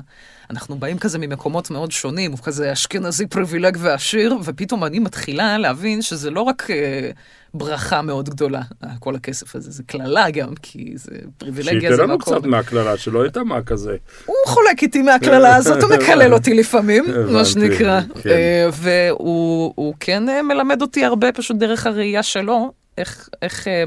אנחנו באים כזה ממקומות מאוד שונים, הוא כזה אשכנזי פריבילג ועשיר, ופתאום אני מתחילה להבין שזה לא רק אה, ברכה מאוד גדולה, אה, כל הכסף הזה, זה קללה גם, כי זה פריבילגיה, זה שייתן לנו מקום. קצת מהקללה, שלא יהיה טעמה כזה. הוא חולק איתי מהקללה הזאת, הוא מקלל אותי לפעמים, מה הבנתי, שנקרא. כן. אה, והוא הוא כן אה, מלמד אותי הרבה פשוט דרך הראייה שלו, איך... איך אה,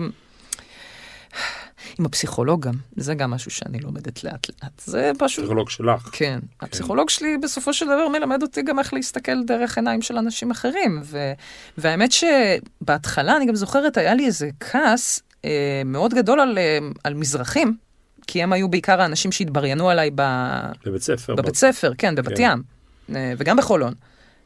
עם הפסיכולוג גם, זה גם משהו שאני לומדת לאט לאט. זה פשוט, פסיכולוג שלך. כן. הפסיכולוג שלי בסופו של דבר מלמד אותי גם איך להסתכל דרך עיניים של אנשים אחרים. ו... והאמת שבהתחלה, אני גם זוכרת, היה לי איזה כעס אה, מאוד גדול על, אה, על מזרחים, כי הם היו בעיקר האנשים שהתבריינו עליי ב... בבית ספר. בבית ספר, כן, בבת כן. ים, אה, וגם בחולון.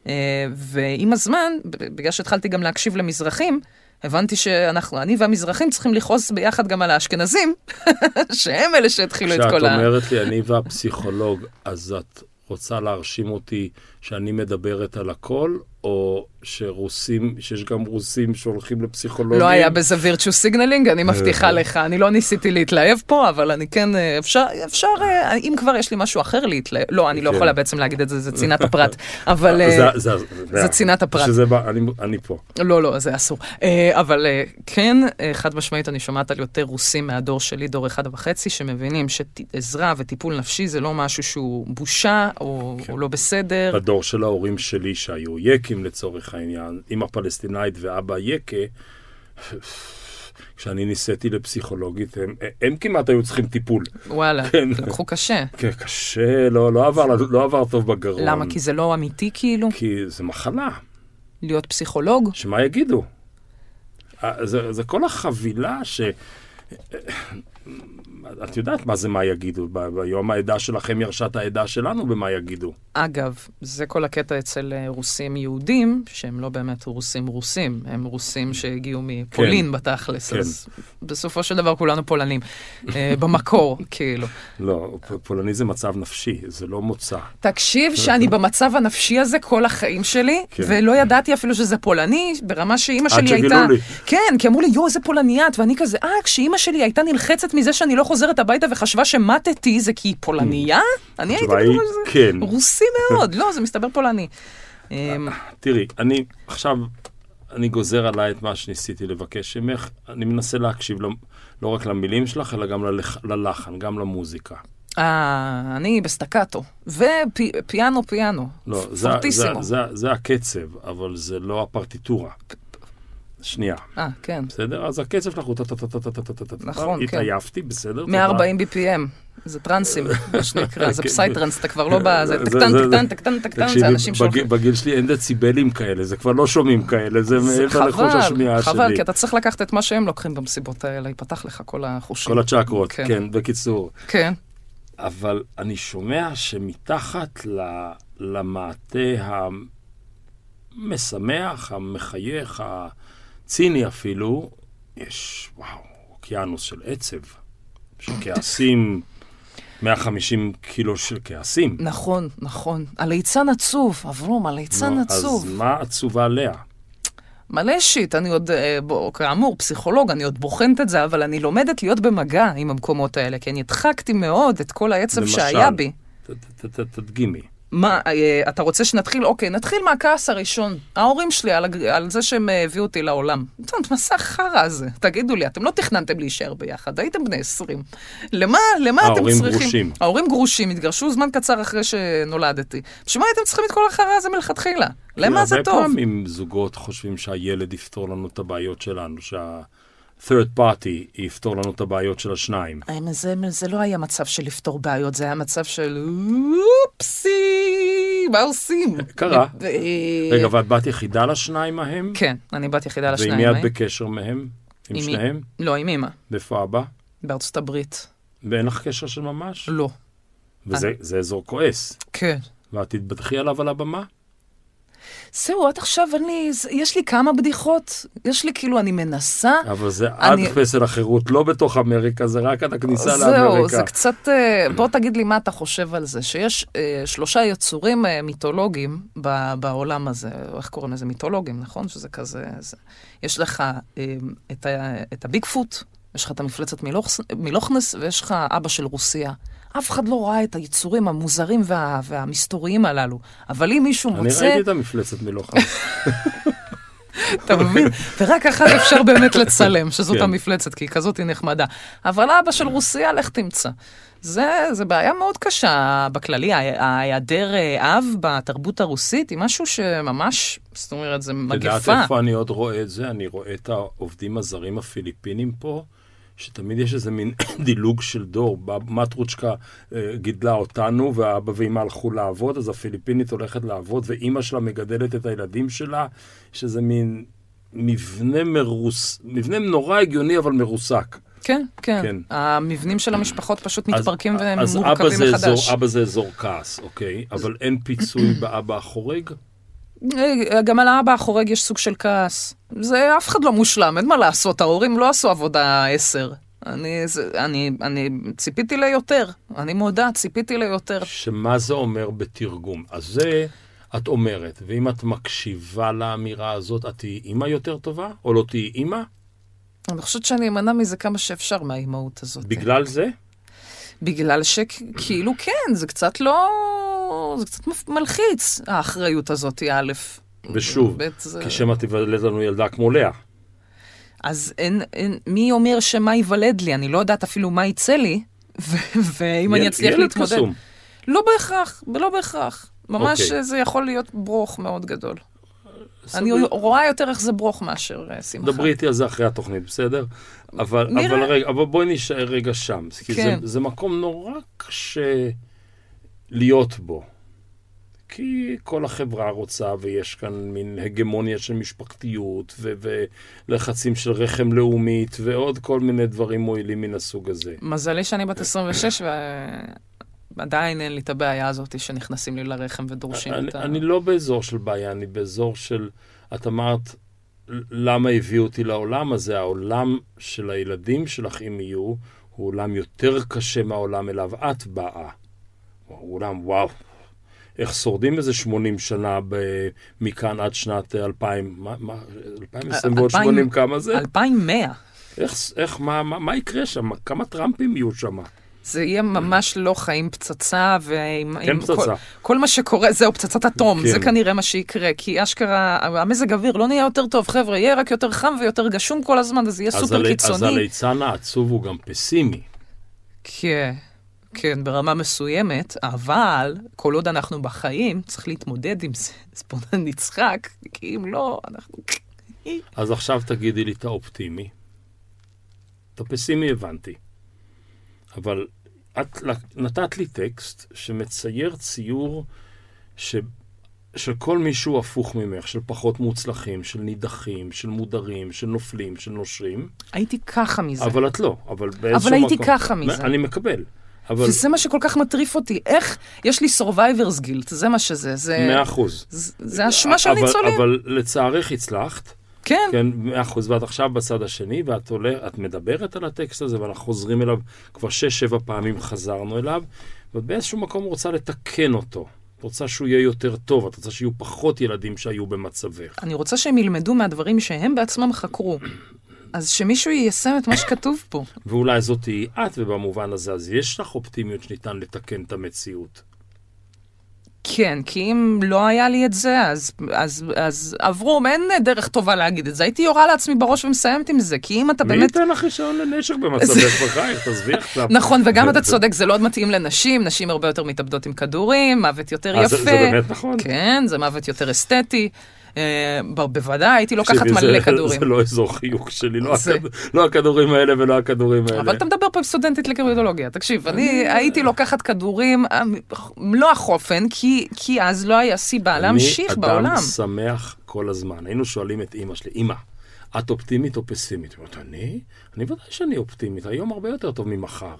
אה, ועם הזמן, ב- בגלל שהתחלתי גם להקשיב למזרחים, הבנתי שאנחנו, אני והמזרחים צריכים לכעוס ביחד גם על האשכנזים, שהם אלה שהתחילו לא את כשאת כל ה... אומרת לי, אני והפסיכולוג, אז את רוצה להרשים אותי שאני מדברת על הכל, או שרוסים, שיש גם רוסים שהולכים לפסיכולוגים? לא היה בזה virtue signaling, אני אה. מבטיחה לך. אני לא ניסיתי להתלהב פה, אבל אני כן, אה, אפשר, אפשר, אה, אם כבר יש לי משהו אחר להתלהב, לא, אני לא כן. יכולה בעצם להגיד את זה, זה צנעת הפרט, אבל... אה, זה- זה- זה- זה צנעת הפרט. שזה בא- אני- אני פה. לא, לא, זה אסור. אה, אבל אה, כן, אה, חד משמעית, אני שומעת על יותר רוסים מהדור שלי, דור אחד וחצי, שמבינים שעזרה וטיפול נפשי זה לא משהו שהוא בושה או כן. או לא בסדר. בדור של ההורים שלי, שהיו יקים לצורך העניין, אמא פלסטינאית ואבא יקה, כשאני ניסיתי לפסיכולוגית, הם- הם כמעט היו צריכים טיפול. וואלה, כן. לקחו קשה. כן, קשה, לא לא עבר לא עבר טוב בגרון. למה? כי זה לא אמיתי כאילו? כי זה מחלה. להיות פסיכולוג? שמה יגידו? אה, זה, זה כל החבילה ש... אה, את יודעת מה זה מה יגידו, ב- ביום העדה שלכם ירשה את העדה שלנו במה יגידו. אגב, זה כל הקטע אצל אה, רוסים יהודים, שהם לא באמת רוסים רוסים, הם רוסים שהגיעו מפולין כן. בתכלס, כן. אז בסופו של דבר כולנו פולנים, אה, במקור, כאילו. לא, פ- פולני זה מצב נפשי, זה לא מוצא. תקשיב שאני במצב הנפשי הזה כל החיים שלי, כן. ולא ידעתי אפילו שזה פולני, ברמה שאימא עד שלי שגילו הייתה... לי. כן, כי אמרו לי, יואו, איזה פולניה את, ואני כזה, אה, כשאימא שלי הייתה נלחצת מזה שאני לא חוזרת הביתה וחשבה שמטתי, זה כי היא פולניה? אני הייתי התשובה היא בטוחה שזה... Mm. כן. רוסי מאוד, לא, זה מסתבר פולני. אמ, תראי, אני עכשיו, אני גוזר עליי את מה שניסיתי לבקש ממך, אני מנסה להקשיב לא, לא רק למילים שלך, אלא גם ללח, ללחן, גם למוזיקה. אה, אני בסטקטו, ופיאנו פיאנו, לא, זה, זה, פורטיסימו. זה, זה הקצב, אבל זה לא הפרטיטורה. שנייה. אה, כן, בסדר? אז הקצב שלך הוא טה-טה-טה-טה-טה-טה-טה. נכון, כן. התעייפתי, בסדר? תודה. 140 BPM. זה טרנסים, מה שנקרא, זה כן. פסייטרנס, אתה כבר לא ב... זה זה- טקטן, זה- טקטן, טקטן, טקטן, תקשיבי, זה אנשים בגיל- שהולכים... בגיל שלי אין דציבלים כאלה, זה כבר לא שומעים כאלה, זה זה מעבר לחוש חבל, השמיעה חבל, שלי. כי אתה צריך לקחת את מה שהם לוקחים במסיבות האלה, ייפתח לך כל החושים. כל הצ'קרות, כן. כן, בקיצור. כן, אבל אני שומע שמתחת ל- למעטה המשמח, המחייך, הציני אפילו, יש, וואו, אוקיינוס של עצב, של כעסים, 150 קילו של כעסים. נכון, נכון. הליצן עצוב, אברום, הליצן נו, עצוב. אז מה עצובה עליה? מלא שיט, אני עוד, אה, בוא, כאמור, פסיכולוג, אני עוד בוחנת את זה, אבל אני לומדת להיות במגע עם המקומות האלה, כי אני הדחקתי מאוד את כל העצב למשל. שהיה בי. ת- ת- ת- ת- תדגימי. מה, אה, אתה רוצה שנתחיל? אוקיי, נתחיל מהכעס הראשון. ההורים שלי על, הג- על זה שהם אה, הביאו אותי לעולם. טוב, מסע חרא הזה. תגידו לי, אתם לא תכננתם להישאר ביחד, הייתם בני 20. למה, למה אתם ההורים צריכים... גרושים. ההורים גרושים, התגרשו זמן קצר אחרי שנולדתי. בשביל מה הייתם צריכים את כל החרא הזה מלכתחילה? למה זה הרבה טוב? פעמים זוגות חושבים שהילד יפתור לנו את הבעיות שלנו, שה-third party יפתור לנו את הבעיות של השניים. האמת, זה, זה לא היה מצב של לפתור בעיות, זה היה מצב של אופסי, מה עושים? קרה. אה, רגע, ואת בת יחידה לשניים ההם? כן, אני בת יחידה לשניים. ועם מי האלה. את בקשר מהם? עם עם מי? שניהם? לא, עם אמא, איפה אבא? בארצות הברית. ואין לך קשר של ממש? לא. וזה זה אזור כועס. כן. ואת תתבדחי עליו על הבמה? זהו, עד עכשיו אני, זה- יש לי כמה בדיחות. יש לי כאילו, אני מנסה. אבל זה עד אני- פסל החירות, לא בתוך אמריקה, זה רק עד הכניסה זהו, זה לאמריקה. קצת... אה, בוא תגיד לי מה אתה חושב על זה, שיש אה, שלושה יצורים אה, מיתולוגיים ב- בעולם הזה, או איך קוראים לזה? מיתולוגיים, נכון? שזה כזה... זה- יש לך אה, את ה- את הביגפוט, יש לך את המפלצת מלוכס- מלוכנס, ויש לך אבא של רוסיה. אף אחד לא ראה את היצורים המוזרים וה- והמסתוריים הללו, אבל אם מישהו אני מוצא... אה, ראיתי את המפלצת מלוכה. אתה מבין? ורק אחת אפשר באמת לצלם, שזאת כן. המפלצת, כי היא כזאת היא נחמדה. אבל אבא של רוסיה, לך תמצא. זה, זה בעיה מאוד קשה בכללי, ה- ההיעדר אה, אב בתרבות הרוסית היא משהו שממש, זאת אומרת, זה את יודעת מגפה. איפה אני עוד רואה את זה? אני רואה את העובדים הזרים הפיליפינים פה, שתמיד יש איזה מין דילוג של דור. מטרוצ'קה אה, גידלה אותנו, ואבא ואמא הלכו לעבוד, אז הפיליפינית הולכת לעבוד, ואימא שלה מגדלת את הילדים שלה, שזה מין מבנה מרוס... מבנה נורא הגיוני, אבל מרוסק. כן, כן, כן. המבנים של המשפחות פשוט אז- מתפרקים והם אז אבא מורכבים זה אזור- מחדש. אבא זה אזור כעס, אוקיי? אבל אין פיצוי באבא החורג? אה, גם על האבא החורג יש סוג של כעס. זה אף אחד לא מושלם, אין מה לעשות, ההורים לא עשו עבודה עשר. אני, זה, אני, אני ציפיתי ליותר, אני מודה, ציפיתי ליותר. שמה זה אומר בתרגום. אז זה את אומרת, ואם את מקשיבה לאמירה הזאת, את תהיי אימא יותר טובה, או לא תהיי אימא? אני חושבת שאני אמנע מזה כמה שאפשר מהאימהות הזאת. בגלל זה? בגלל שכאילו כן, זה קצת לא... זה קצת מפ- מלחיץ, האחריות הזאת, א', ושוב, ב', זה... כשמא תיוולד לנו ילדה כמו לאה. אז אין, אין, מי אומר שמה ייוולד לי? אני לא יודעת אפילו מה יצא לי, ו- ואם אני יל- אצליח ילד להתמודד. קסום. לא בהכרח, לא בהכרח. ממש אוקיי. okay. זה יכול להיות ברוך מאוד גדול. סביר. אני רואה יותר איך זה ברוך מאשר אה, שמחה. דברי איתי על זה אחרי התוכנית, בסדר? אבל, נראה. אבל רגע, אבל בואי נישאר רגע שם. כי כן. זה, זה מקום נורא קשה להיות בו. כי כל החברה רוצה, ויש כאן מין הגמוניה של משפחתיות, ו- ולחצים של רחם לאומית, ועוד כל מיני דברים מועילים מן הסוג הזה. מזלי שאני בת 26 ועדיין אין לי את הבעיה הזאת שנכנסים לי לרחם ודורשים אני, את ה... אני לא באזור של בעיה, אני באזור של... את אמרת, למה הביאו אותי לעולם הזה? העולם של הילדים שלך, אם יהיו, הוא עולם יותר קשה מהעולם אליו את באה. הוא עולם, וואו. איך שורדים איזה 80 שנה ב... מכאן עד שנת 2000, מה, מה, 2020 ועוד 2000. 80 כמה זה? 2100. איך, איך מה, מה, מה יקרה שם? כמה טראמפים יהיו שם? זה יהיה ממש לא חיים פצצה, ועם... כן עם פצצה. כל, כל מה שקורה, זהו, פצצת אטום, כן. זה כנראה מה שיקרה, כי אשכרה, המזג אוויר לא נהיה יותר טוב, חבר'ה, יהיה רק יותר חם ויותר גשום כל הזמן, וזה יהיה אז סופר הלי- אז קיצוני. הליצן העצוב הוא גם פסימי. כן, כן, ברמה מסוימת, אבל כל עוד אנחנו בחיים, צריך להתמודד עם זה. אז בוא נצחק, כי אם לא, אנחנו... אז עכשיו תגידי לי את האופטימי. את הפסימי הבנתי. אבל את לק- נתת לי טקסט שמצייר ציור ש... של כל מישהו הפוך ממך, של פחות מוצלחים, של נידחים, של מודרים, של נופלים, של נושרים, הייתי ככה מזה. אבל... אבל את לא, אבל באיזשהו הייתי מקום. ככה מזה. אני מקבל, אבל וזה מה שכל כך מטריף אותי, איך יש לי survivors guilt, זה מה שזה, זה, מאה אחוז. זה, זה אשמה של אבל- ניצולים, אבל לצערך הצלחת, כן, כן, מאה אחוז, ואת עכשיו בצד השני, ואת עולה, את מדברת על הטקסט הזה, ואנחנו חוזרים אליו, כבר שש-שבע פעמים חזרנו אליו, ואת באיזשהו מקום רוצה לתקן אותו. את רוצה שהוא יהיה יותר טוב, את רוצה שיהיו פחות ילדים שהיו במצבך. אני רוצה שהם ילמדו מהדברים שהם בעצמם חקרו. אז שמישהו יישם את מה שכתוב פה. ואולי זאת תהיי את, ובמובן הזה, אז יש לך אופטימיות שניתן לתקן את המציאות. כן, כי אם לא היה לי את זה, אז, אז, אז אברום, אין דרך טובה להגיד את זה. הייתי יורה לעצמי בראש ומסיימת עם זה, כי אם אתה מי אה, באמת... ייתן לך רישיון לנשק במצבך בחייך, תעזבי עכשיו. נכון, וגם אתה צודק, זה לא מתאים לנשים, נשים הרבה יותר מתאבדות עם כדורים, מוות יותר אה, יפה. זה- זה באמת נכון? כן, זה מוות יותר אסתטי. אה, ב- בוודאי, הייתי לוקחת תקשיבי, מלא זה- כדורים. זה לא אזור חיוך שלי, לא זה- הכד- לא הכדורים האלה ולא הכדורים האלה. אבל אתה מדבר פה עם סטודנטית לקרידולוגיה, תקשיב, אני הייתי לוקחת כדורים אה, מלוא החופן, כי- כי אז לא היה סיבה להמשיך אני בעולם. אדם שמח כל הזמן. היינו שואלים את אימא שלי, אימא, את אופטימית או פסימית? היא אומרת, אני? אני ודאי שאני אופטימית, היום הרבה יותר טוב ממחר.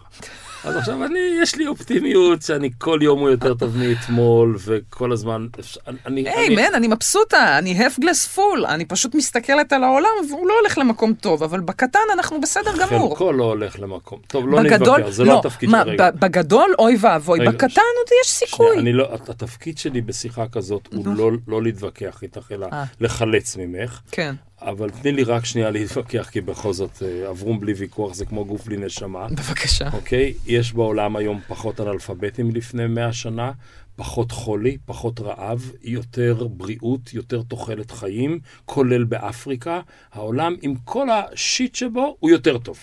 אז עכשיו אני, יש לי אופטימיות שאני כל יום הוא יותר טוב מאתמול, וכל הזמן, אפשר- אני- אני... היי, אני- מן, אני מבסוטה, אני half glass full, אני פשוט מסתכלת על העולם והוא לא הולך למקום טוב, אבל בקטן אנחנו בסדר גמור. חלקו לא הולך למקום. טוב, לא בגדול- נתווכח, זה לא התפקיד מה, כרגע. ב- בגדול, אוי ואבוי, רגע, בקטן שנייה, עוד יש שנייה, סיכוי. אני לא, הת- התפקיד שלי בשיחה כזאת הוא נו. לא, לא להתווכח איתך, אלא אה. לחלץ ממך. כן, אבל תני לי רק שנייה להתווכח, כי בכל זאת אה, אברום בלי ויכוח זה כמו גוף בלי נשמה. בבקשה. אוקיי? יש בעולם היום פחות אנאלפביתים מלפני 100 שנה, פחות חולי, פחות רעב, יותר בריאות, יותר תוחלת חיים, כולל באפריקה. העולם, עם כל השיט שבו, הוא יותר טוב.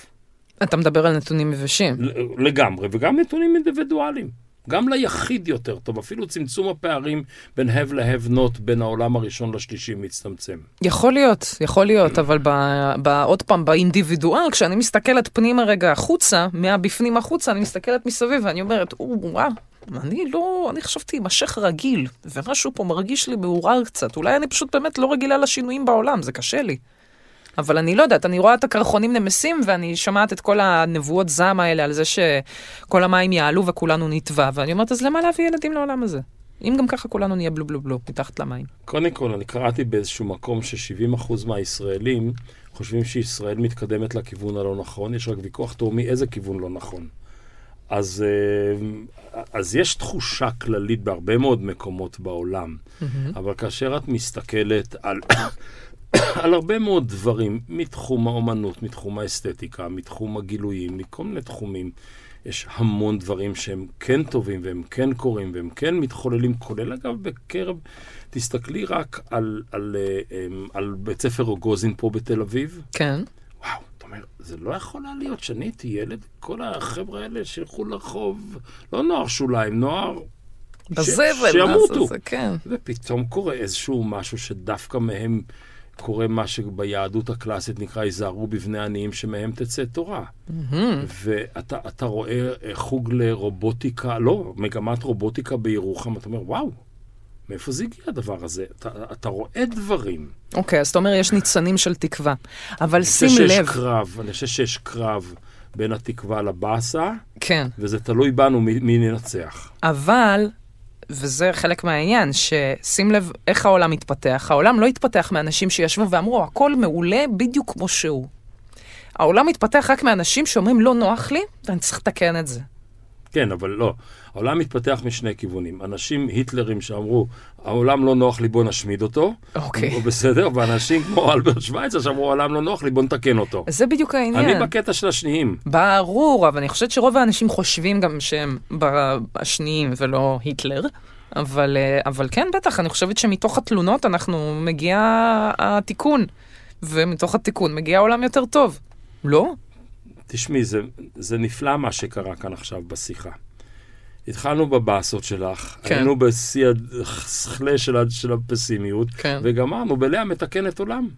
אתה מדבר על נתונים יבשים. ל- לגמרי, וגם נתונים אינדיבידואליים. גם ליחיד יותר טוב, אפילו צמצום הפערים בין have ל-have not, בין העולם הראשון לשלישי מצטמצם. יכול להיות, יכול להיות, אבל ב, ב, עוד פעם, באינדיבידואל, כשאני מסתכלת פנימה רגע החוצה, מהבפנים החוצה, אני מסתכלת מסביב ואני אומרת, "או, וואה, אני לא, אני חשבתי יימשך רגיל, ומשהו פה מרגיש לי מעורער קצת, אולי אני פשוט באמת לא רגילה לשינויים בעולם, זה קשה לי. אבל אני לא יודעת, אני רואה את הקרחונים נמסים ואני שומעת את כל הנבואות זעם האלה על זה שכל המים יעלו וכולנו נטבע, ואני אומרת, אז למה להביא ילדים לעולם הזה? אם גם ככה כולנו נהיה בלו בלו בלו, מתחת למים. קודם כל, אני קראתי באיזשהו מקום ש-70% מהישראלים חושבים שישראל מתקדמת לכיוון הלא נכון, יש רק ויכוח תאומי איזה כיוון לא נכון. אז, אה, אז יש תחושה כללית בהרבה מאוד מקומות בעולם, אבל כאשר את מסתכלת על, על הרבה מאוד דברים מתחום האומנות, מתחום האסתטיקה, מתחום הגילויים, מכל מיני תחומים, יש המון דברים שהם כן טובים והם כן קורים והם כן מתחוללים, כולל אגב בקרב, תסתכלי רק על, על, אה, אמ, על בית ספר רוגוזין פה בתל אביב. כן. וואו, אתה אומר, זה לא יכול היה להיות שאני הייתי ילד, כל החבר'ה האלה שילכו לרחוב, לא נוער שוליים, נוער... ש- בזבל, שימותו. מה זה, זה, כן. ופתאום קורה איזשהו משהו שדווקא מהם קורה מה שביהדות הקלאסית נקרא, היזהרו בבני עניים שמהם תצא תורה. מהמם. ואתה אתה רואה אה, חוג לרובוטיקה, לא, מגמת רובוטיקה בירוחם, אתה אומר, וואו, מאיפה זה הגיע הדבר הזה? אתה, אתה רואה דברים. אוקיי, אז אתה אומר יש ניצנים של תקווה. אבל אני שים חושב שיש לב, קרב, אני חושב שיש קרב בין התקווה לבאסה, כן, וזה תלוי בנו מי, מי ננצח. אבל, וזה חלק מהעניין, ששים לב איך העולם התפתח. העולם לא התפתח מאנשים שישבו ואמרו, הכל מעולה בדיוק כמו שהוא. העולם מתפתח רק מאנשים שאומרים, לא נוח לי, ואני צריך לתקן את זה. כן, אבל לא. העולם מתפתח משני כיוונים. אנשים היטלרים שאמרו, העולם לא נוח לי, בוא נשמיד אותו. אוקיי. הוא בסדר, ואנשים כמו אלברט שווייצר שאמרו, העולם לא נוח לי, בוא נתקן אותו. זה בדיוק העניין. אני בקטע של השניים. ברור, אבל אני חושבת שרוב האנשים חושבים גם שהם ב- השניים ולא היטלר. אבל, אה, אבל כן, בטח, אני חושבת שמתוך התלונות אנחנו מגיע התיקון. ומתוך התיקון מגיע העולם יותר טוב. לא? תשמעי, זה, זה נפלא מה שקרה כאן עכשיו בשיחה. התחלנו בבאסות שלך, כן. כן. היינו בשיא החלה של, ה- של הפסימיות, כן. וגמרנו בלאה מתקנת עולם.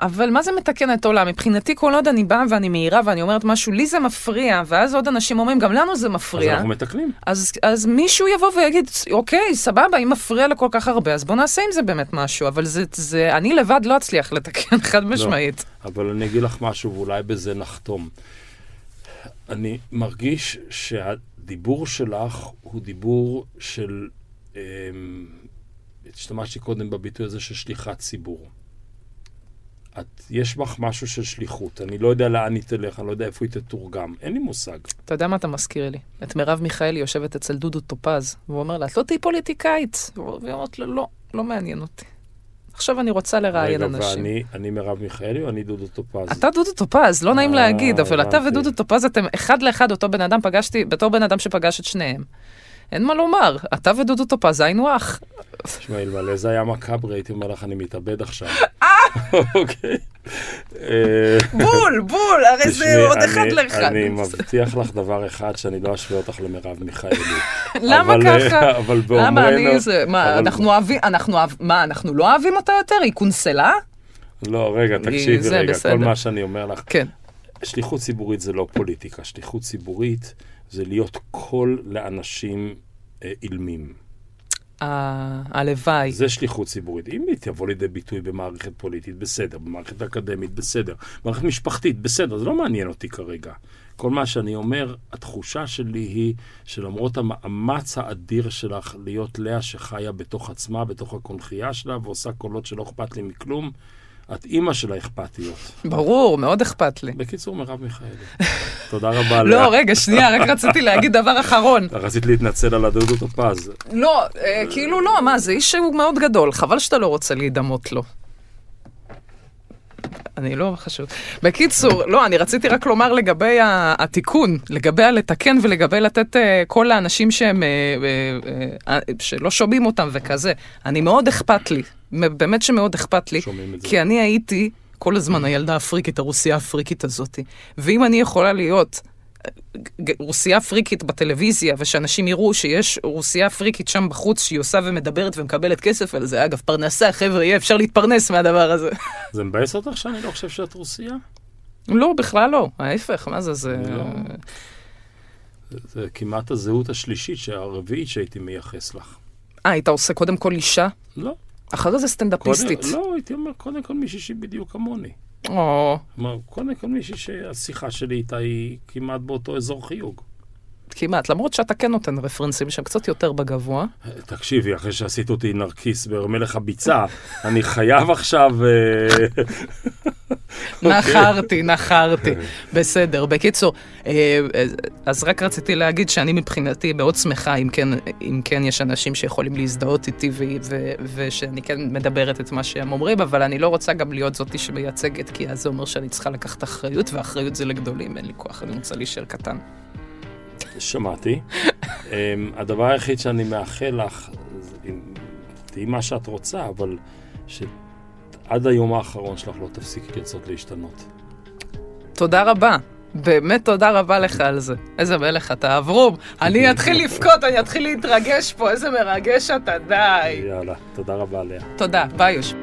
אבל מה זה מתקן את העולם? מבחינתי, כל עוד אני באה ואני מהירה ואני אומרת משהו, לי זה מפריע, ואז עוד אנשים אומרים, גם לנו זה אז מפריע. אנחנו מתקנים. אז, אז מישהו יבוא ויגיד, אוקיי, סבבה, אם מפריע לכל כך הרבה, אז בוא נעשה עם זה באמת משהו. אבל זה, זה אני לבד לא אצליח לתקן, חד לא. משמעית. אבל אני אגיד לך משהו, ואולי בזה נחתום. אני מרגיש שהדיבור שלך הוא דיבור של... אמ, השתמשתי קודם בביטוי הזה של שליחת ציבור. את, יש בך משהו של שליחות. אני לא יודע לאן היא תלך, אני לא יודע איפה היא תתורגם. אין לי מושג. אתה יודע מה אתה מזכיר לי? את מרב מיכאלי יושבת אצל דודו טופז, והוא אומר לה, את לא תהיי פוליטיקאית. והיא אומרת לו, לא, לא מעניין אותי. עכשיו אני רוצה לראיין רגע, אנשים. ואני אני מרב מיכאלי או אני דודו טופז? אתה דודו טופז, לא נעים אה, להגיד, אבל אתה הבנתי. ודודו טופז אתם אחד לאחד אותו בן אדם, פגשתי, בתור בן אדם שפגש את שניהם. אין מה לומר, אתה ודודו טופז היינו אח. תשמע, אלמלא זה היה מקאברי, הייתי אומר לך, אני מתאבד עכשיו. אוקיי. אה, בול, בול, הרי תשמעי, זה עוד אחד אני- לאחד. אני מבטיח לך דבר אחד, שאני לא אשווה אותך למרב מיכאלי. למה אבל, אה, ככה? אבל למה אני באומרנו- זה, מה, אבל- אנחנו אוהבים, אנחנו אוהב- מה, אנחנו לא אוהבים אותה יותר? היא קונסלה? לא, רגע, תקשיבי זה רגע, בסדר. כל מה שאני אומר לך, כן. שליחות ציבורית זה לא פוליטיקה, שליחות ציבורית זה להיות קול לאנשים אה, אילמים. אה, הלוואי. זה שליחות ציבורית. אם היא תבוא לידי ביטוי במערכת פוליטית, בסדר, במערכת אקדמית, בסדר, במערכת משפחתית, בסדר, זה לא מעניין אותי כרגע. כל מה שאני אומר, התחושה שלי היא שלמרות המאמץ האדיר שלך להיות לאה שחיה בתוך עצמה, בתוך הקונכייה שלה, ועושה קולות שלא אכפת לי מכלום, את אימא של האכפתיות. ברור, מאוד אכפת לי. בקיצור, מרב מיכאלי. תודה רבה, לאה. לא, רגע, שנייה, רק רציתי להגיד דבר אחרון. רצית להתנצל על הדודו טופז. לא, אה, כאילו לא, מה, זה איש שהוא מאוד גדול, חבל שאתה לא רוצה להידמות לו. אני לא חשוב. בקיצור, לא, אני רציתי רק לומר לגבי ה- התיקון, לגבי הלתקן ולגבי לתת אה, כל לאנשים שהם, אה, אה, אה, אה, שלא שומעים אותם וכזה. אני מאוד אכפת לי, מ- באמת שמאוד אכפת לי, שומעים את זה. כי אני הייתי כל הזמן הילדה האפריקית, הרוסיה האפריקית הזאת. ואם אני יכולה להיות אה, ג- רוסייה פריקית בטלוויזיה, ושאנשים יראו שיש רוסייה פריקית שם בחוץ שהיא עושה ומדברת ומקבלת כסף על זה. אגב, פרנסה, חבר'ה, יהיה אפשר להתפרנס מהדבר הזה. זה מבאס אותך שאני לא חושב שאת רוסייה? לא, בכלל לא. ההפך, מה זה, זה... לא. זה- זה כמעט הזהות השלישית, הרביעית שהייתי מייחס לך. אה, היית עושה קודם כל אישה? לא. אחרי זה קודם- סטנדאפיסטית. לא, הייתי אומר, קודם כל מישהי שהיא בדיוק כמוני. או, כלומר, קודם כל מישהי שהשיחה שלי איתה היא כמעט באותו אזור חיוג. כמעט. למרות שאתה כן נותן רפרנסים שהם קצת יותר בגבוה. תקשיבי, אחרי שעשית אותי נרקיס במלך הביצה, אני חייב עכשיו... אה, נחרתי, נחרתי. בסדר. בקיצור, אה, אה, אז רק רציתי להגיד שאני מבחינתי מאוד שמחה, אם כן, אם כן יש אנשים שיכולים להזדהות איתי ו- ו- ושאני כן מדברת את מה שהם אומרים, אבל אני לא רוצה גם להיות זאתי שמייצגת, כי אז זה אומר שאני צריכה לקחת אחריות, ואחריות זה לגדולים, אין לי כוח, אני רוצה להישאר קטן. שמעתי. אמ, הדבר היחיד שאני מאחל לך, זה אם תהיי מה שאת רוצה, אבל שעד היום האחרון שלך לא תפסיקי לרצות להשתנות. תודה רבה. באמת תודה רבה לך על זה. איזה מלך אתה, אברום. אני אתחיל לבכות, אני אתחיל להתרגש פה, איזה מרגש אתה, די. יאללה, תודה רבה לאה. תודה, ביי יוש.